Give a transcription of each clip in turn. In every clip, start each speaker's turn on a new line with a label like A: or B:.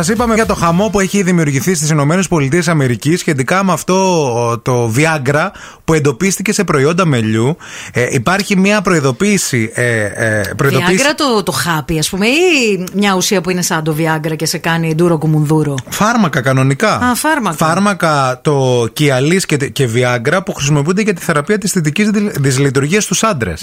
A: Σας είπαμε για το χαμό που έχει δημιουργηθεί στις ΗΠΑ σχετικά με αυτό το Viagra που εντοπίστηκε σε προϊόντα μελιού. Ε, υπάρχει μια προειδοποίηση. Ε, ε, προειδοποίηση.
B: Viagra το, το χάπι, ας πούμε, ή μια ουσία που είναι σαν το Viagra και σε κάνει ντούρο κουμουνδούρο.
A: Φάρμακα κανονικά.
B: Α, φάρμακα.
A: Φάρμακα το Kialis και, και Viagra που χρησιμοποιούνται για τη θεραπεία της θετικής δυσλειτουργίας στους άντρες.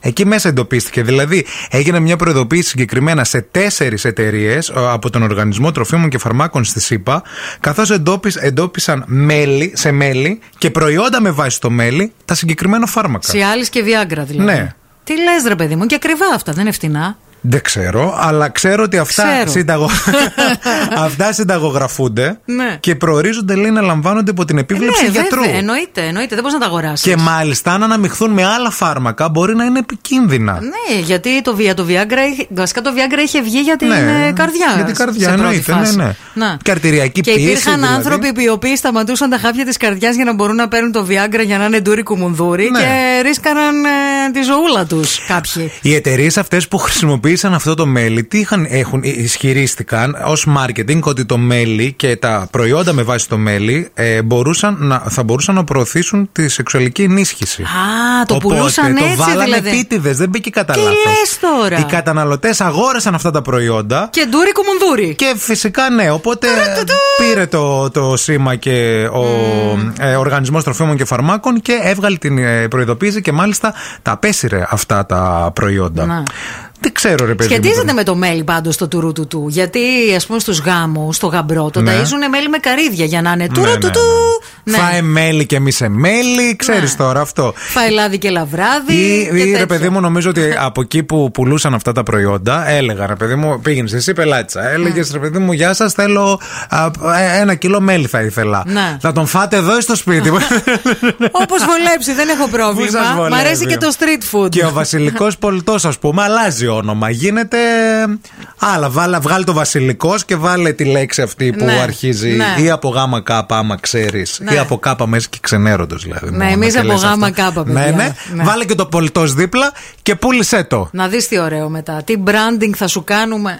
A: Εκεί μέσα εντοπίστηκε. Δηλαδή, έγινε μια προειδοποίηση συγκεκριμένα σε τέσσερις εταιρείες από τον Οργανισμό Τροφίμων και Φαρμάκων στη ΣΥΠΑ, καθώς εντόπισαν μέλι, σε μέλι και προϊόντα με βάση το μέλι τα συγκεκριμένα φάρμακα.
B: Σιάλη και Viagra δηλαδή.
A: Ναι.
B: Τι λες, ρε παιδί μου, και ακριβά αυτά, δεν είναι φτηνά.
A: Δεν ξέρω, αλλά ξέρω ότι αυτά,
B: Ξέρω.
A: συνταγο- αυτά συνταγογραφούνται
B: Ναι.
A: και προορίζονται λέει να λαμβάνονται υπό την επίβλεψη
B: ναι,
A: γιατρού.
B: βέβαια, εννοείται, εννοείται, δεν μπορείς να τα αγοράσεις.
A: Και μάλιστα, αν αναμειχθούν με άλλα φάρμακα, μπορεί να είναι επικίνδυνα.
B: Ναι, γιατί το, Via- το Viagra, είχε- βασικά το Viagra είχε βγει για την
A: Ναι,
B: ε, καρδιά.
A: για την καρδιά,
B: σε πρώτη
A: εννοείται,
B: φάση.
A: ναι, ναι. Και αρτηριακή
B: και
A: πίεση,
B: υπήρχαν
A: δηλαδή.
B: άνθρωποι οι οποίοι σταματούσαν τα χάπια της καρδιάς για να μπορούν να παίρνουν το Viagra για να είναι ντούρι κουμουνδούρι
A: Ναι.
B: και ρίσκαναν ε, τη ζωούλα τους κάποιοι.
A: Οι εταιρείες αυτές που χρησιμοποίησαν αυτό το μέλι, τι είχαν, έχουν, ισχυρίστηκαν ως marketing ότι το μέλι και τα προϊόντα με βάση το μέλι ε, μπορούσαν να, θα μπορούσαν να προωθήσουν τη σεξουαλική ενίσχυση.
B: Α, το
A: Οπότε,
B: πουλούσαν
A: το
B: έτσι
A: βάλανε
B: δηλαδή.
A: επίτηδες, δεν μπήκε κατά
B: Τι
A: λάθος.
B: λες τώρα?
A: Οι καταναλωτές αγόρασαν αυτά τα προϊόντα.
B: Και ντούρι κουμουνδούρι.
A: Και φυσικά ναι, οπότε πήρε το, το σήμα και ο
B: Mm.
A: ε, Οργανισμός Τροφίμων και Φαρμάκων και έβγαλε την ε, προειδοποίηση και μάλιστα τα απέσυρε αυτά τα προϊόντα.
B: Να.
A: Δεν ξέρω ρε παιδί μου.
B: Σχετίζεται με το μέλι πάντως το τουρού του του. Γιατί ας πούμε στους γάμους, στο γαμπρό, το
A: Ναι.
B: ταΐζουν μέλι με καρύδια για να είναι τουρού του του. Ναι.
A: Φάε ναι, μέλι και μη σε μέλι, ξέρεις τώρα αυτό.
B: Φάει λάδι και λαβράδι.
A: Ή,
B: και
A: ή, ρε
B: τέτοια.
A: παιδί μου, νομίζω ότι από εκεί που πουλούσαν αυτά τα προϊόντα, έλεγα ρε παιδί μου, πήγαινες εσύ
B: Ναι.
A: πελάτησα. Έλεγες ρε παιδί μου, Γεια σας, θέλω α, ε, ένα κιλό μέλι θα ήθελα.
B: Ναι.
A: Θα τον φάτε εδώ ή στο σπίτι μου.
B: Όπως βολέψει, δεν έχω
A: Πού σας
B: πρόβλημα. Μ'
A: βολεύει.
B: αρέσει και το street food.
A: Και ο βασιλικός πολιτός, ας πούμε, αλλάζει όνομα. Γίνεται. Άλλα, βάλα, βγάλει το βασιλικός και βάλε τη λέξη αυτή που
B: Ναι,
A: αρχίζει.
B: ναι.
A: Ή από γάμα κάπα, άμα ξέρεις.
B: Ναι.
A: Ή από κάπα μέσα και ξενέροντο δηλαδή. μόνο
B: εμείς
A: να
B: από
A: τα λες
B: γάμα
A: αυτά.
B: κάπα,
A: Ναι,
B: παιδιά.
A: ναι.
B: Ναι.
A: Βάλε και το πολιτός δίπλα και πούλησε το.
B: Να δεις τι ωραίο μετά. Τι branding θα σου κάνουμε.